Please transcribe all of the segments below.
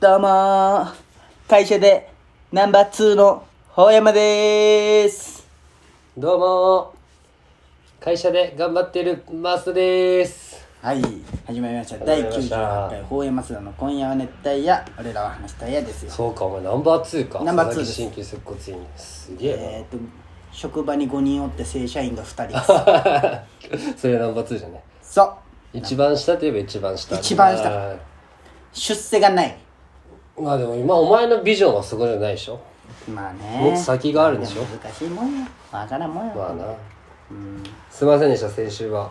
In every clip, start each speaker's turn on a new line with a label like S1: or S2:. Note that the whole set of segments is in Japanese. S1: どうもー会社でナンバー2のほ山でーす
S2: どうも会社で頑張ってるマストです
S1: はい始まりました
S2: 始ま
S1: 第
S2: りました
S1: 98回法山須田の「今夜は熱帯夜俺らは話したいや」ですよ
S2: そうかお前ナンバー2か
S1: ナンバーツー
S2: 佐
S1: で
S2: 々木
S1: す
S2: 新旧接骨院すげ
S1: え
S2: え
S1: っ、と職場に5人おって正社員が2人で
S2: な、 それはナンバー2じゃない
S1: すそう
S2: 一番下といえば一番下
S1: 一番下
S2: はい
S1: 出世がない
S2: まあでも今お前のビジョンはそこじゃないでしょ
S1: まあね
S2: もっと先があるでしょ
S1: 難しいもんよわからんもんよ、
S2: まあなすいませんでした先週は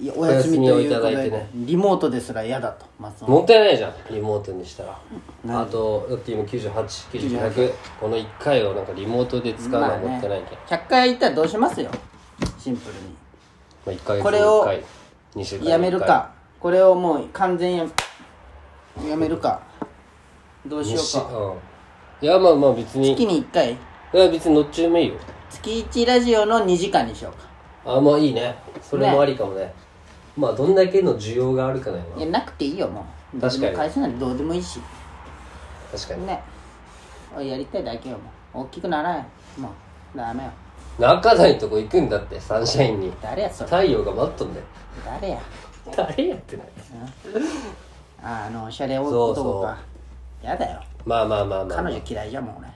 S2: い
S1: やお休みということ
S2: お休みをいただい
S1: で、
S2: てね
S1: リモートですら嫌だと松尾
S2: もったいないじゃんリモートにしたらあとだって今98900この1回をなんかリモートで使うのはもったいないけん、ま
S1: 100回行ったらどうしますよシンプルに
S2: あ、1ヶ月に
S1: これを
S2: 1回2週間に一回
S1: やめるかこれをもう完全やめやめるかどうしようか
S2: うんいやまあまあ別に
S1: 月に1回
S2: いや別にどっちでもいいよ
S1: 月1ラジオの2時間にしようか
S2: あまあいいねそれもありかもねまあどんだけの需要があるかだよ
S1: い
S2: な
S1: やなくていいよもう
S2: 確か
S1: どうで
S2: に
S1: も会社なんてどうでもいいし
S2: 確かに
S1: ねやりたいだけよもう大きくならんよもうダメよ
S2: 中台のとこ行くんだってサンシャインに
S1: 誰やそれ
S2: 太陽が待っとんだよ
S1: 誰や
S2: 誰やってない
S1: あのおしゃれ
S2: そ
S1: 男
S2: うそう
S1: かやだよ
S2: まあまあまあまあ、
S1: 彼女嫌いじゃんもう俺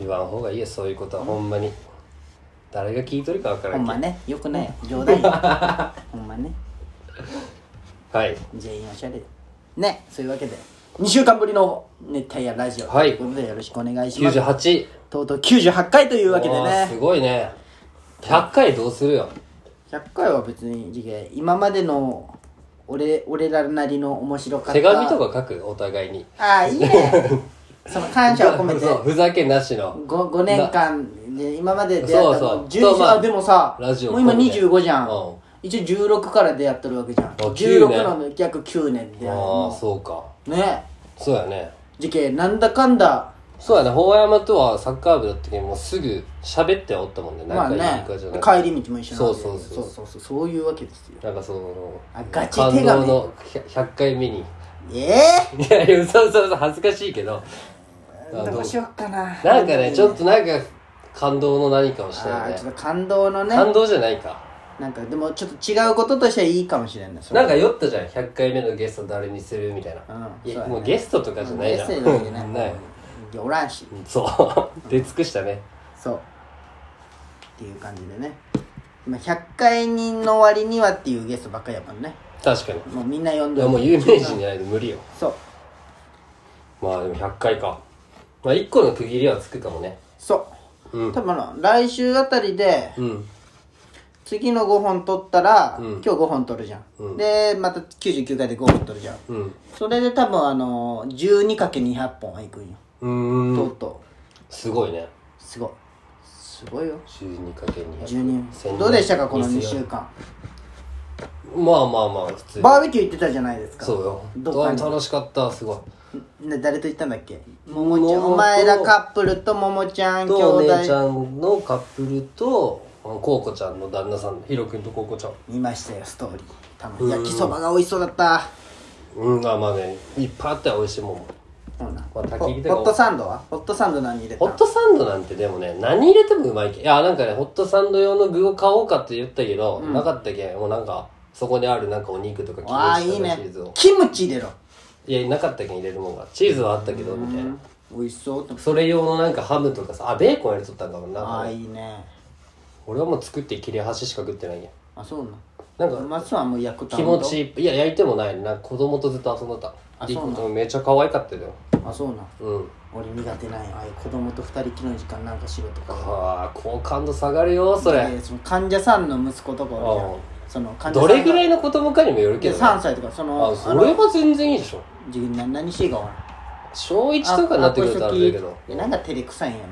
S2: 言わん方がいいよそういうことはほんまに誰が聞いとるかわから
S1: ほん
S2: んけ
S1: ま
S2: ど
S1: ねよくないよ冗談 よほんまね
S2: はい
S1: 全員おしゃれねそういうわけで2週間ぶりの熱帯夜ラジオと
S2: はい
S1: いうことでよろしくお願いします
S2: 98
S1: とうとう98回というわけで
S2: おー
S1: ね
S2: すごいね100回どうするよ
S1: 100回は別に次元今までの俺俺らなりの面白かった
S2: 手紙とか書くお互いに
S1: ああいいね その感謝を込めて
S2: そうふざけなしの
S1: 5, 5年間で今まで出会った
S2: そうそう
S1: の12
S2: とまあ
S1: あでもさ
S2: ラジオ
S1: もう今
S2: 込みで
S1: 25じゃん、
S2: うん
S1: 一応16から出会ってるわけじゃん
S2: 9
S1: 16
S2: 年
S1: の約9年で
S2: ああそうか
S1: ね
S2: そうやね
S1: 次元なんだかんだ
S2: そうやね法山とはサッカー部だったけどもうすぐ喋ってはおったもんね
S1: まあ
S2: 仲いい
S1: ね
S2: かじゃなくて、
S1: 帰り道も一緒なんで
S2: そうそうそう
S1: そうそうそういうわけですよ
S2: なんかその
S1: あガチ手紙
S2: 感動の100 100回目にい
S1: え
S2: やいや嘘嘘嘘恥ずかしいけど
S1: え
S2: あの
S1: どうしよっかななん
S2: な んかねちょっとなんか感動の何かをしたよ
S1: あー
S2: ね
S1: ちょっと感動のね
S2: 感動じゃないか
S1: なんかでもちょっと違うこととしてはいいかもしれないそれ
S2: なんか酔ったじゃん100回目のゲスト誰にするみたいな、
S1: うんそう
S2: いや
S1: やね
S2: もうゲストとかじゃないじゃん
S1: エッセイなわけない
S2: ない
S1: いやおらんし
S2: そう 出尽くしたね
S1: そうっていう感じでね今100回人の割にはっていうゲストばっかりやもんね
S2: 確かに
S1: もうみんな呼ん
S2: い
S1: で
S2: やもう有名人じゃないと無理よ
S1: そう
S2: まあでも100回かまあ1個の区切りはつくかもね
S1: そう、
S2: うん
S1: 多分あの来週あたりで
S2: うん
S1: 次の5本取ったら、
S2: うん
S1: 今日5本取るじゃん、
S2: うん
S1: でまた99回で5本取るじゃん
S2: うん
S1: それで多分あの 12×200 本はいくんよ、
S2: う
S1: と
S2: ー
S1: うんと
S2: すごいね
S1: うすごいすごいよ
S2: 12×2
S1: 12どうでしたかこの2週間
S2: まあまあまあ普通に
S1: バーベキュー行ってたじゃないですか
S2: そうよ
S1: どっかに
S2: あ楽しかったすごい
S1: ね誰と行ったんだっけももちゃん
S2: 桃と
S1: お前らカップルとももちゃん兄
S2: とお姉ち
S1: 弟
S2: ゃんのカップルとあのコウコちゃんの旦那さんヒロ君とコウコちゃん
S1: 見ましたよストーリーたまに焼きそばが美味しそうだった
S2: うんまあまあねいっぱいあったよ美味しいもんも
S1: そうなん
S2: まあ焚
S1: ホ
S2: き
S1: ホ
S2: 火とか
S1: ットサンドはホットサンド何入れた
S2: ホットサンドなんてでもね何入れてもうまいけいやなんかねホットサンド用の具を買おうかって言ったけど、なかったけんもうなんかそこにあるなんかお肉とか
S1: わあ
S2: キム
S1: いいね
S2: チとかチーズを
S1: キムチ入れろ
S2: いやなかったけん入れるもんがチーズはあったけどみたいな
S1: 美味しそうって
S2: それ用のなんかハムとかさあベーコン入れとったんだもん
S1: ああ
S2: ない
S1: いね
S2: 俺はもう作って切れ端しか食ってないやん
S1: あそうなん
S2: なん
S1: う
S2: か
S1: まそうはもう焼く
S2: 気持ちいいいや焼いてもないなんか子供とずっと遊んで
S1: あ
S2: たいい
S1: そう
S2: 子
S1: な
S2: 供めっちゃ可愛かったよ
S1: あそうなん
S2: うん
S1: 俺苦手なんよああいう子供と二人きりの時間なんかしろとか
S2: ああ好感度下がるよそれ
S1: でその患者さんの息子とかおるじゃん
S2: ああ
S1: その患者さ
S2: ど
S1: んが
S2: れぐらいの子供かにもよるけ
S1: で
S2: どね
S1: 3歳とかその
S2: あそれは全然いいでしょ
S1: あの自分何何していいか分からん
S2: 小一とかになってくるとあれだけ
S1: あ
S2: ど
S1: こういう時なんか照れくさいんよね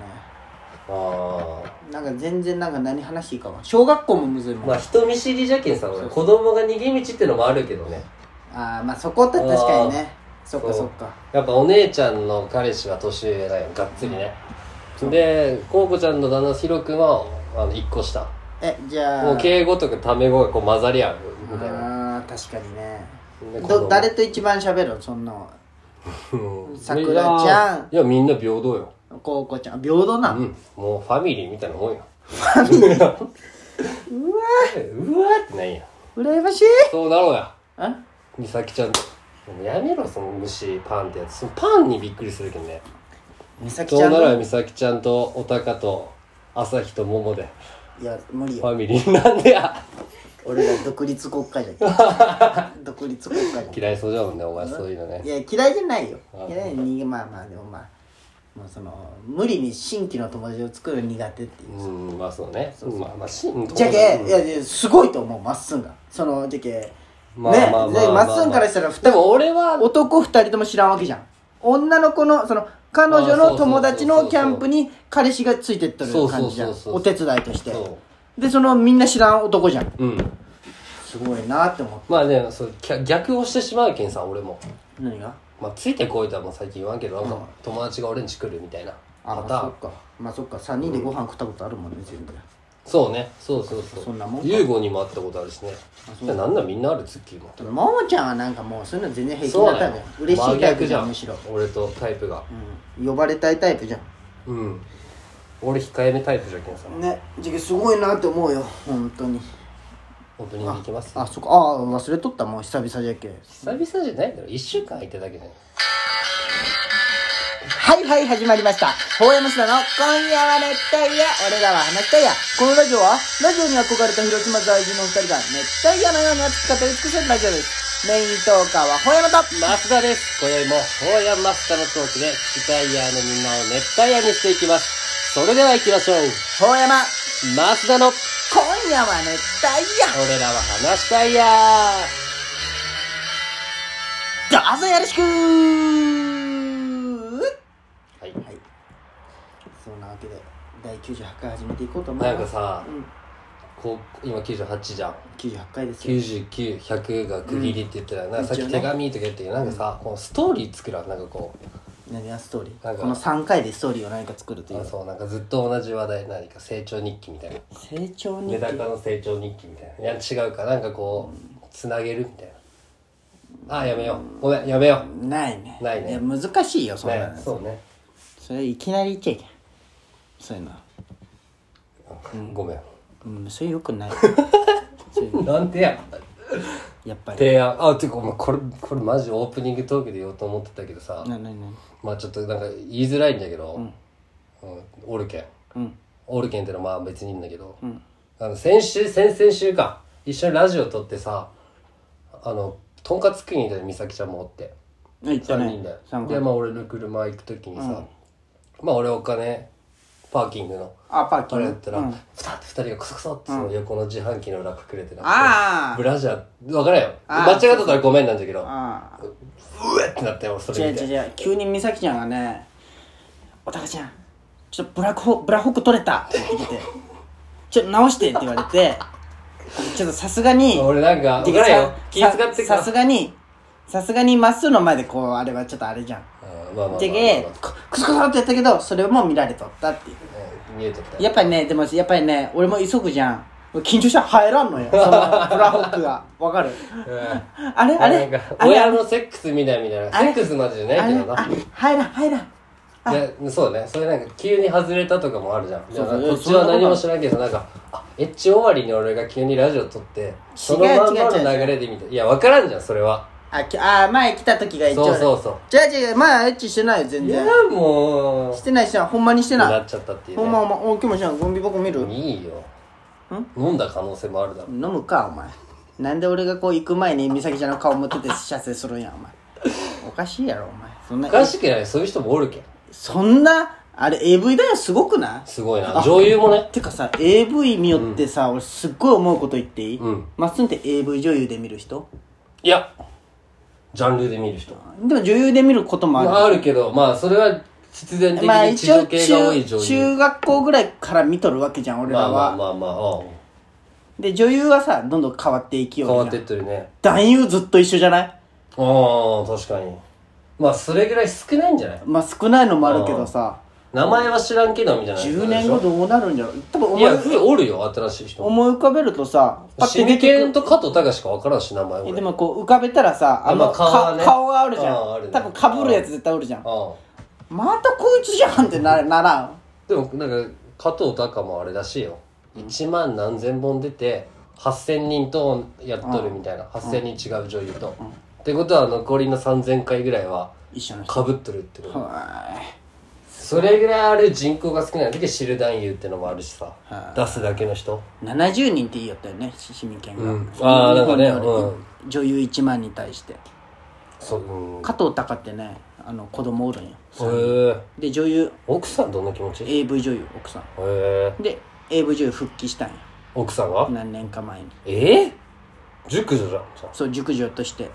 S2: あ
S1: なんか全然なんか何話していいかは小学校もむずい
S2: あ
S1: もん、
S2: まあ人見知りじゃけんさ俺子供が逃げ道ってのもあるけどね
S1: ああまあそこって確かにねそっかそっか
S2: やっぱお姉ちゃんの彼氏は年上だよがっつりねでこうこちゃんの旦那ひろくんはあの1個下
S1: えじゃあ
S2: もう敬語とかタメ語がこう混ざり合うみたいな
S1: あー確かにね
S2: で子
S1: ど
S2: 供
S1: 誰と一番喋るのそんな
S2: うん
S1: さくらちゃん
S2: いや、みんな平等よ。
S1: こうこちゃん平等な
S2: う
S1: の
S2: ん。もうファミリーみたいなもんよ。ファミリー うわうわってなんや。
S1: 羨ましい
S2: そうだろうや。
S1: あ
S2: 美咲ちゃんと。もうやめろ、その虫パンってやつ。そのパンにびっくりするけどね。
S1: 美咲
S2: そう
S1: ちゃ
S2: なんら
S1: の
S2: 美咲ちゃんとおたかと朝日と桃で
S1: いや無理
S2: フ
S1: よ
S2: ァミリーなんでや
S1: 俺ら独立国家じゃ ん独立国家じゃん
S2: 嫌いそうじゃもんねお前そういうのね
S1: いや嫌いじゃないよ
S2: あ
S1: 嫌いにまあまあでもまあもうその無理に新規の友達を作るの苦手っていう
S2: うんまあそうねまあまあしん
S1: じゃけ
S2: うん
S1: いやいやすごいと思うまっすんがそのじゃけ
S2: まあまあ
S1: ね
S2: まあまあ
S1: でまっすんからしたら二人
S2: でも俺は
S1: 男二人とも知らんわけじゃん女の子のその彼女
S2: あーそうそうそ
S1: の
S2: うそう
S1: 友達のキャンプに彼氏がついてっとる感じじゃん
S2: そうそうそうそう
S1: お手伝いとして
S2: そ
S1: でそのみんな知らん男じゃん
S2: ううん
S1: すごいなって思って
S2: まあねそうきゃ逆をしてしまうけんさ俺も
S1: 何が
S2: まあついてこいとはもう最近言わんけどなんか友達が俺んち来るみたいな
S1: あ
S2: パ
S1: ま
S2: タ
S1: あそ
S2: ーン
S1: っかまあそっか3人でご飯食ったことあるもんね全部
S2: そうねそうそうそう
S1: そんなもんか
S2: ユーゴにも会ったことあるしね
S1: そう
S2: じゃあなんならみんなあるツッキーも
S1: でもももちゃんはなんかもうそういうの全然平気
S2: そう
S1: だった
S2: だ
S1: の
S2: よ
S1: よ嬉しいタイプじゃん
S2: 真
S1: む
S2: 逆
S1: しろ、
S2: 俺とタイプが
S1: うん、呼ばれたいタイプじゃん
S2: うん俺控えめタイプじゃけんさ
S1: ねじゃあすごいなって思うよ本当に
S2: オープニング行きます
S1: あそっかああ忘れとったもう久々じゃけ
S2: 久々じゃないだろ1週間空いてただけじゃない
S1: はいはい始まりましたほうやむしらの「今夜は熱帯夜俺らは話したいや」このラジオはラジオに憧れた広島在住のお二人が熱帯夜のように熱く語り尽くせるラジオですメイントーカーはほうやまと
S2: 増田です今宵もホーヤンマスターのトークで聞きたいヤーのみんなを熱帯夜にしていきますそれでは行きましょう
S1: ほうやま
S2: 増田の
S1: 今夜は熱帯夜
S2: 俺らは話したいヤ
S1: どうぞよろしく
S2: ーはい
S1: はいそんなわけで第98回始めていこうと思い
S2: なん
S1: ま
S2: か
S1: す
S2: さ
S1: うん、
S2: こう今98じゃん
S1: 98回ですよ
S2: 99100が区切りって言ってたら、なんかさっ
S1: 一応
S2: き
S1: ね
S2: 手紙とか言ってたけどなんかさ、このストーリー作らんなんかこう
S1: 何がストーリ
S2: な
S1: ー
S2: んか
S1: この3回でストーリーを何か作るとい
S2: あ
S1: う
S2: そうなんかずっと同じ話題何か成長日記みたいな
S1: 成長
S2: メ
S1: 日記
S2: ダカの成長日記みたいないや違うかなんかこうつなげるみたいなあやめようごめんやめよ
S1: ないね
S2: ないね
S1: や難しいよ
S2: う
S1: そんな
S2: ね
S1: の
S2: そうね
S1: それいきなり言っちゃいけんそういうのは
S2: ごめん
S1: うんそれよく ない
S2: なんでや
S1: やっぱり
S2: 提案あていうかお前これこれマジオープニングトークで言おうと思ってたけどさ
S1: ななな
S2: まあちょっとなんか言いづらいんだけどうんオルケン
S1: うん
S2: オルケンってのはまあ別にいいんだけど
S1: うん
S2: あの先週先々週か一緒にラジオ撮ってさあのとんかつ食いに行ったよ美咲ちゃんもおって
S1: 言った
S2: 3
S1: ね
S2: 人で、
S1: 三
S2: で
S1: 回
S2: まあ俺の車行く時にさ、まあ俺お金パーキングの
S1: あパーキ
S2: あ
S1: ン
S2: れ
S1: グ
S2: やったら、
S1: うん
S2: ふたって二人がコソコソってその横の自販機の裏隠れてなんか
S1: ああ
S2: ブラジャー分からんよ
S1: あー
S2: 間違ってたらごめんなんだけどうわ
S1: ああ
S2: ってなったよ俺それ
S1: 違う
S2: 見
S1: 違う
S2: て
S1: 違う急に美咲ちゃんがね「おたかちゃんちょっとブラックホブラホック取れた」って言ってきて 「ちょっと直して」って言われてちょっとさすがに
S2: 俺なんか分からんよ気使って
S1: ささすがにさすがにまっすぐの前でこうあれはちょっとあれじゃん
S2: うんまあまあまあまあまあ
S1: でけククスクスってやったけどそれも見られとったっていう
S2: うん見えとった
S1: やっぱりねでもやっぱりね俺も急ぐじゃん俺緊張したら入らんのよそ のブラホックがわかる
S2: うん
S1: あれあれ
S2: なんか
S1: あれあ
S2: 親
S1: れ
S2: のセックスみたいみたいな
S1: あ
S2: セ
S1: れ
S2: ックスまでじゃな
S1: あ
S2: いけ
S1: れ
S2: どな
S1: あ入らん入らん
S2: でそうねそれなんか急に外れたとかもあるじゃん
S1: そうそう
S2: だからこっちは何も知らんけどなんかあエッチ終わりに俺が急にラジオ撮ってそのまんまの流れで見ていや分からんじゃんそれは
S1: あ、きあー前来た時が一応
S2: そうそうそ
S1: じゃあ違う前はエッチしてないよ全
S2: ういや
S1: 然
S2: もう
S1: してないしてないほんまにして
S2: な
S1: な
S2: っちゃったってい
S1: いうほんま
S2: ね
S1: ほんまお今日もしないゴミ箱見る
S2: いいよ飲んだ可能性もあるだろ
S1: 飲むかお前なんで俺がこう行く前に美咲ちゃんの顔向けて射精するんやお前おかしいやろお前そん
S2: おか
S1: な
S2: しくないそういう人もおるけん
S1: そんなあれ AV だよすごくな
S2: すごいな女優もね
S1: いてかさ AV 見よってさ、俺すっごい思うこと言っていい、
S2: うん
S1: まっすんって AV 女優で見る人
S2: いやジャンルで見る人
S1: でも女優で見ることもある、
S2: あるけどまあそれは必然的
S1: まあ
S2: に地
S1: 一応
S2: 上系が多い
S1: 中
S2: 女優
S1: 中学校ぐらいから見とるわけじゃん俺ら
S2: ま
S1: は、
S2: あまあまあまあうん
S1: で女優はさどんどん変わっていきよう
S2: 変わっ
S1: じ
S2: て
S1: ゃ
S2: っ
S1: ん
S2: てるね
S1: 男優ずっと一緒じゃない
S2: ああ確かにまあそれぐらい少ないんじゃない
S1: まあ少ないのもあるけどさ
S2: 名前は知らんけどみたいな
S1: 10年後どうなるんじゃろう多分
S2: い
S1: 思い
S2: やふおるよ新しい人
S1: 思い浮かべるとさパッ
S2: シ
S1: て
S2: ミ
S1: 出
S2: ケ
S1: て
S2: ン
S1: く
S2: と加藤隆しか分からんし名前
S1: る
S2: 俺
S1: でもこう浮かべたらさあの
S2: まあ顔は
S1: か
S2: ね
S1: 顔があるじ
S2: ああ
S1: ゃ
S2: ある
S1: ん
S2: ね
S1: 多分かぶるやつ絶対おるじゃん
S2: ああ
S1: またこいつじゃんってなならん
S2: でもなんか加藤隆もあれらしいよ1万何千本出て8000人とやっとるみたいな8000人違う女優と、ってことは残りの3000回ぐらいは
S1: 一緒の人
S2: かぶっとるってこと、
S1: はい
S2: それぐらいある人口が少ないだけ知る男優ってのもあるしさ、
S1: はい
S2: 出すだけの人
S1: 70人って言いよったよねし市民権が、
S2: うんああなんかね
S1: 日本におる
S2: うん
S1: 女優1万に対して
S2: そううん
S1: 加藤隆ってねあの子供おるんよ
S2: へえ
S1: で女優
S2: 奥さんどんな気持ちへ
S1: AV 女優奥さん
S2: え
S1: で AV 女優復帰したんよ
S2: 奥さんが
S1: 何年か前に
S2: えー、熟女じゃんじゃあ
S1: そう熟女として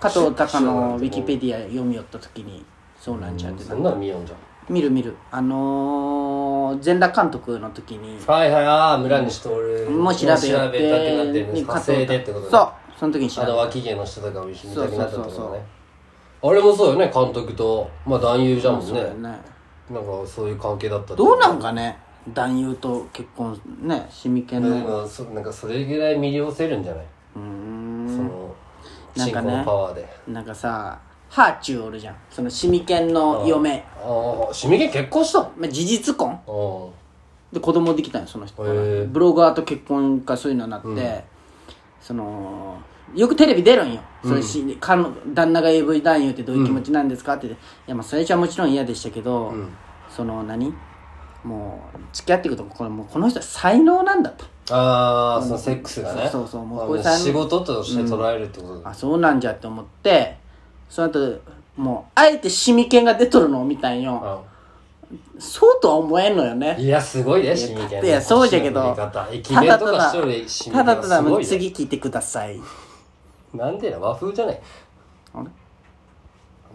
S1: 加藤隆のウィキペディア読みよった時にそうなんちゃうってな
S2: そんなの見よんじゃん
S1: 見る見るあのー全裸監督の時に
S2: はいはいああ村西徹
S1: もう調べよって
S2: 調べたくなってるんです
S1: に加
S2: 稼
S1: 藤
S2: いでってことね
S1: そうその時に調
S2: あ
S1: べ
S2: の
S1: た
S2: 脇毛の人とかも一緒に見たくなったって
S1: そう
S2: こ
S1: そう
S2: とねあれもそうよね監督とまあ男優じゃもん
S1: そう
S2: ね
S1: だよね
S2: なんかそういう関係だったって
S1: どうなんかね男優と結婚ねシミケン
S2: で
S1: の
S2: もそなんかそれぐらい魅了せるんじゃないう
S1: ーん
S2: その
S1: なん
S2: 信
S1: か
S2: 仰
S1: ね
S2: のパワーで
S1: なんかさハーチューおるじゃんそのシミケンの嫁
S2: ああシミケン結婚したの
S1: まあ、事実婚
S2: うん
S1: で子供できたんよその人
S2: へー
S1: ブロガーと結婚かそういうのになって、そのよくテレビ出るんよ、それしかの旦那が AV 男優ってどういう気持ちなんですかって言っていやまあそれじゃもちろん嫌でしたけど、その何もう付き合っていくとこれもうこの人は才能なんだと
S2: ああそのセックスがね
S1: そうそうもう
S2: まあ
S1: これ才能
S2: 仕事として捉えるってことだ
S1: あそうなんじゃって思ってその後もうあえてシミケンが出とるのを見たんよそうとは思えんのよね
S2: うんいやすごいねシミケン
S1: いやそうじゃけど
S2: 腰の振り方駅弁とかしとるシミケ
S1: た
S2: ン
S1: だ
S2: は
S1: た
S2: す
S1: だ
S2: ごいね
S1: 次聞いてください
S2: なんでだ和風じゃない
S1: あれ